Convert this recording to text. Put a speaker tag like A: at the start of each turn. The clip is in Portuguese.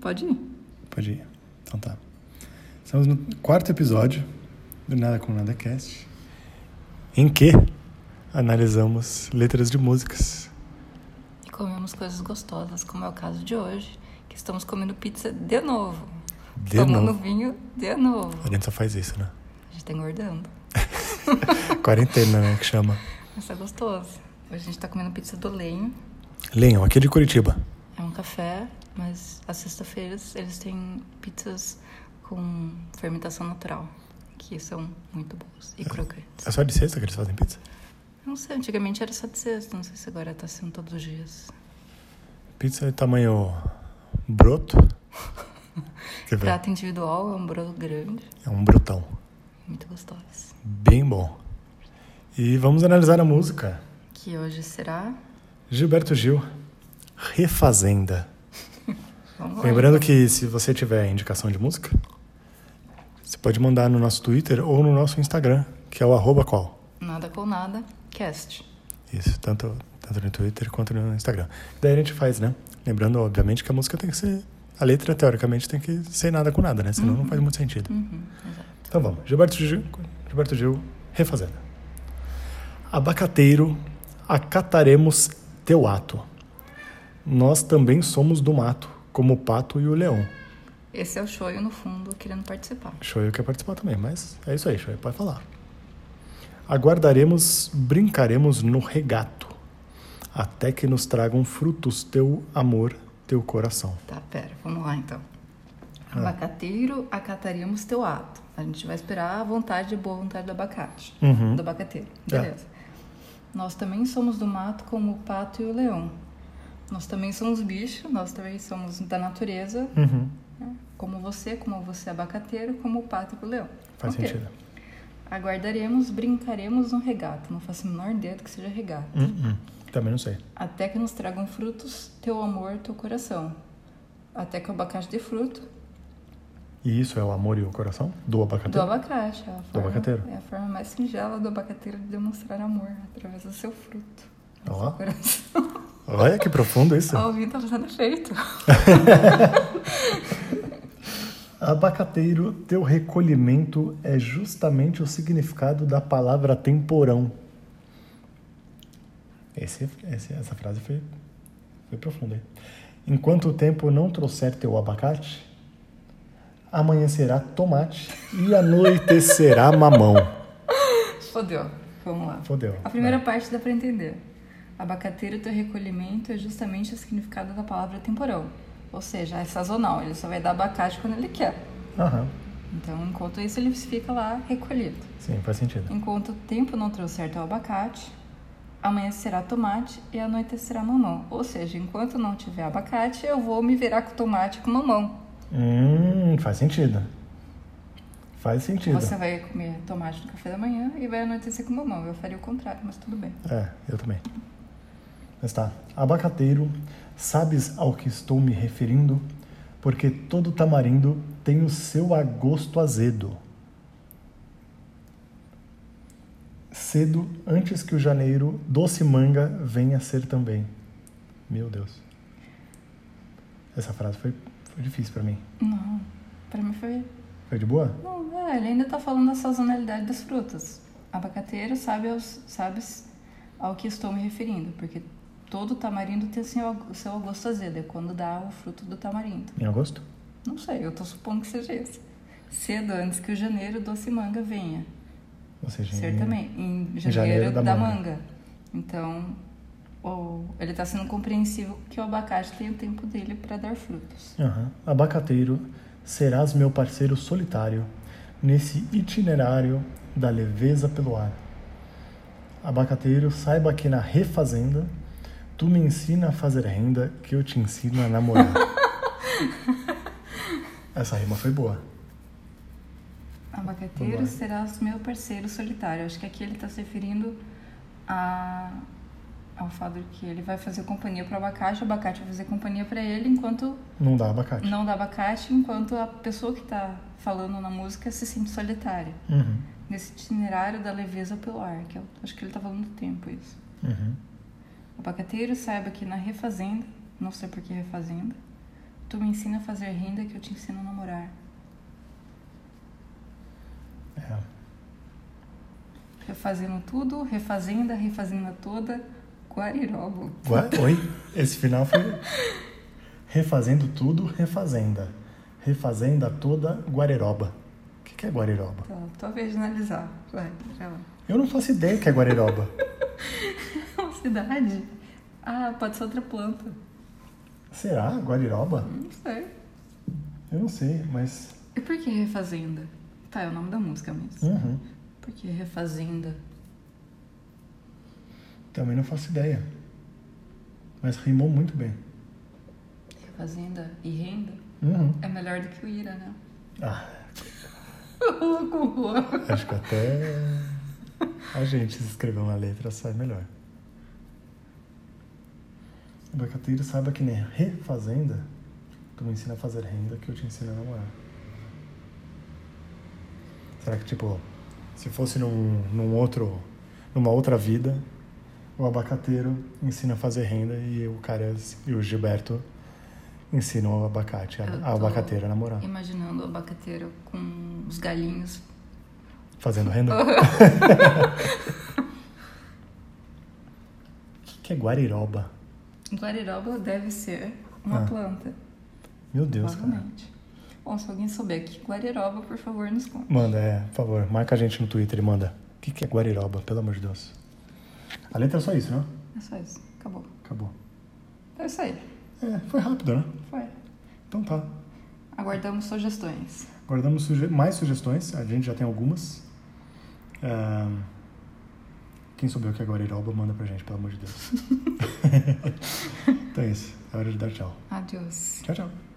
A: Pode ir.
B: Pode ir. Então tá. Estamos no quarto episódio do Nada com Nada Cast, em que analisamos letras de músicas.
A: E comemos coisas gostosas, como é o caso de hoje, que estamos comendo pizza de novo.
B: De
A: tomando
B: novo.
A: vinho de novo.
B: A gente só faz isso, né?
A: A gente tá engordando.
B: Quarentena, né? Que chama.
A: Mas tá gostoso. Hoje a gente tá comendo pizza do Lenho.
B: Lenham, aqui de Curitiba.
A: É um café, mas às sextas-feiras eles têm pizzas com fermentação natural, que são muito boas e crocantes.
B: É só de sexta que eles fazem pizza?
A: Eu Não sei, antigamente era só de sexta, não sei se agora tá sendo todos os dias.
B: Pizza de tamanho broto. Você vê,
A: Prato individual é um broto grande,
B: é um brotão.
A: muito gostoso.
B: Bem bom. E vamos analisar a música.
A: Que hoje será.
B: Gilberto Gil, Refazenda.
A: Vamos lá.
B: Lembrando que se você tiver indicação de música, você pode mandar no nosso Twitter ou no nosso Instagram, que é o arroba qual.
A: Nada com nada, cast.
B: Isso, tanto, tanto no Twitter quanto no Instagram. Daí a gente faz, né? Lembrando, obviamente, que a música tem que ser. A letra, teoricamente, tem que ser nada com nada, né? Senão não faz muito sentido.
A: Uhum, exato.
B: Então vamos, Gilberto Gil, Gilberto Gil refazenda. Abacateiro, acataremos teu ato. Nós também somos do mato, como o pato e o leão.
A: Esse é o show no fundo querendo participar.
B: Shoyu quer participar também, mas é isso aí, Shoyu, pode falar. Aguardaremos, brincaremos no regato, até que nos tragam frutos teu amor, teu coração.
A: Tá, pera, vamos lá então.
B: Ah.
A: Abacateiro, acataríamos teu ato. A gente vai esperar a vontade, a boa vontade do abacate. Do abacateiro.
B: Tá.
A: Beleza. Nós também somos do mato como o pato e o leão. Nós também somos bicho, nós também somos da natureza. né? Como você, como você é abacateiro, como o pato e o leão.
B: Faz
A: Ok.
B: sentido.
A: Aguardaremos, brincaremos no regato. Não faço a menor ideia do que seja regato.
B: Hum, Também não sei.
A: Até que nos tragam frutos teu amor, teu coração. Até que o abacate dê fruto
B: E isso é o amor e o coração do
A: do
B: abacateiro?
A: abacate. É a forma,
B: abacateiro.
A: É a forma mais singela do abacateiro de demonstrar amor através do seu fruto. do
B: Ó.
A: seu coração.
B: Tá Olha que profundo isso.
A: A ouvinte tá fazendo efeito.
B: Abacateiro, teu recolhimento é justamente o significado da palavra temporão. Esse- esse- essa frase foi, foi profunda. hein? Enquanto o tempo não trouxer teu abacate, amanhecerá tomate e anoitecerá mamão.
A: Fodeu. Vamos lá.
B: Fodeu.
A: A primeira parte dá pra entender. Abacateiro, teu recolhimento é justamente o significado da palavra temporão. Ou seja, é sazonal. Ele só vai dar abacate quando ele quer.
B: Aham,
A: Então, enquanto isso, ele fica lá recolhido.
B: sim, faz sentido.
A: Enquanto o tempo não trouxer teu abacate, amanhecerá tomate e anoitecerá mamão. Ou seja, enquanto não tiver abacate, eu vou me virar com tomate e com mamão.
B: Hum, faz sentido. Faz sentido.
A: Você vai comer tomate no café da manhã e vai anoitecer com mamão. Eu faria o contrário, mas tudo bem.
B: É, eu também. Mas tá. Abacateiro, sabes ao que estou me referindo? Porque todo tamarindo tem o seu agosto azedo. Cedo, antes que o janeiro, doce manga venha ser também. Meu Deus. Essa frase foi, foi difícil pra mim.
A: Não, pra mim foi.
B: Foi de boa?
A: Não, é, ele ainda tá falando da sazonalidade das frutas. Abacateiro, sabe aos- sabes ao que estou me referindo, porque todo tamarindo tem assim, o seu gosto azedo, é quando dá o fruto do tamarindo.
B: Em agosto?
A: Não sei, eu tô supondo que seja isso. Cedo, antes que o janeiro doce manga venha.
B: Ou seja, em-
A: Ser também, em janeiro, da, manga. Então, o- ele tá sendo compreensível que o abacate tem o tempo dele para dar frutos.
B: Aham. Abacateiro, serás meu parceiro solitário nesse itinerário da leveza pelo ar. Abacateiro, saiba que na refazenda tu me ensina a fazer renda que eu te ensino a namorar. Essa rima foi boa.
A: Abacateiro
B: Vamos lá.
A: serás meu parceiro solitário. Acho que aqui ele tá se referindo a, ao fato de que ele vai fazer companhia pro abacate, o abacate vai fazer companhia para ele, enquanto
B: Não dá abacate.
A: não dá abacate, enquanto a pessoa que tá falando na música se sente solitária.
B: Uhum,
A: Nesse itinerário da leveza pelo ar, que eu acho que ele tá falando do tempo isso.
B: uhum.
A: O abacateiro saiba que na refazenda, não sei por que refazenda, Tu me ensina a fazer renda que eu te ensino a namorar.
B: É.
A: Refazendo tudo, refazenda, refazenda toda, Guarirobo.
B: Gua- Oi? Esse final foi. Refazendo tudo, refazenda. Refazenda toda, Guareroba. O que, que é Guareroba?
A: Tá, tua vez de analisar. Vai, vai lá.
B: Eu não faço ideia que é Guareroba.
A: É uma cidade? Ah, pode ser outra planta.
B: Será? Guariroba?
A: Não sei.
B: Eu não sei, mas.
A: E por que refazenda? Tá, é o nome da música mesmo.
B: Uhum.
A: Por que refazenda?
B: Também não faço ideia. Mas rimou muito bem.
A: Refazenda e renda
B: Uhum.
A: é melhor do que o Ira, né?
B: Ah,
A: Rua com rua.
B: acho que até a gente se escrever uma letra sai melhor. Abacateiro saiba que nem refazenda, tu me ensina a fazer renda que eu te ensino a namorar. Será que tipo, se fosse num, num outro, numa outra vida, o abacateiro ensina a fazer renda e o cara e o Gilberto ensinam o abacate, a,
A: Eu
B: a
A: tô-
B: abacateira a namorar,
A: Imaginando o abacateiro com os galinhos.
B: fazendo renda. O que, que é guariroba?
A: Guariroba deve ser uma
B: Ah.
A: planta,
B: Meu Deus, cara.
A: provavelmente. Bom, se alguém souber que Guariroba, por favor, nos conta.
B: Manda, é, por favor, marca a gente no Twitter e manda. O que, que é guariroba, pelo amor de Deus? A letra é só isso, né?
A: É só isso. Acabou.
B: Acabou.
A: É isso aí.
B: É, foi rápido, né?
A: Foi.
B: Então tá.
A: Aguardamos sugestões.
B: Guardamos suge- mais sugestões, a gente já tem algumas. Ahn, Quem souber o que é guariroba, manda pra gente, pelo amor de Deus. então é isso, é hora de dar tchau.
A: Adeus.
B: Tchau, tchau.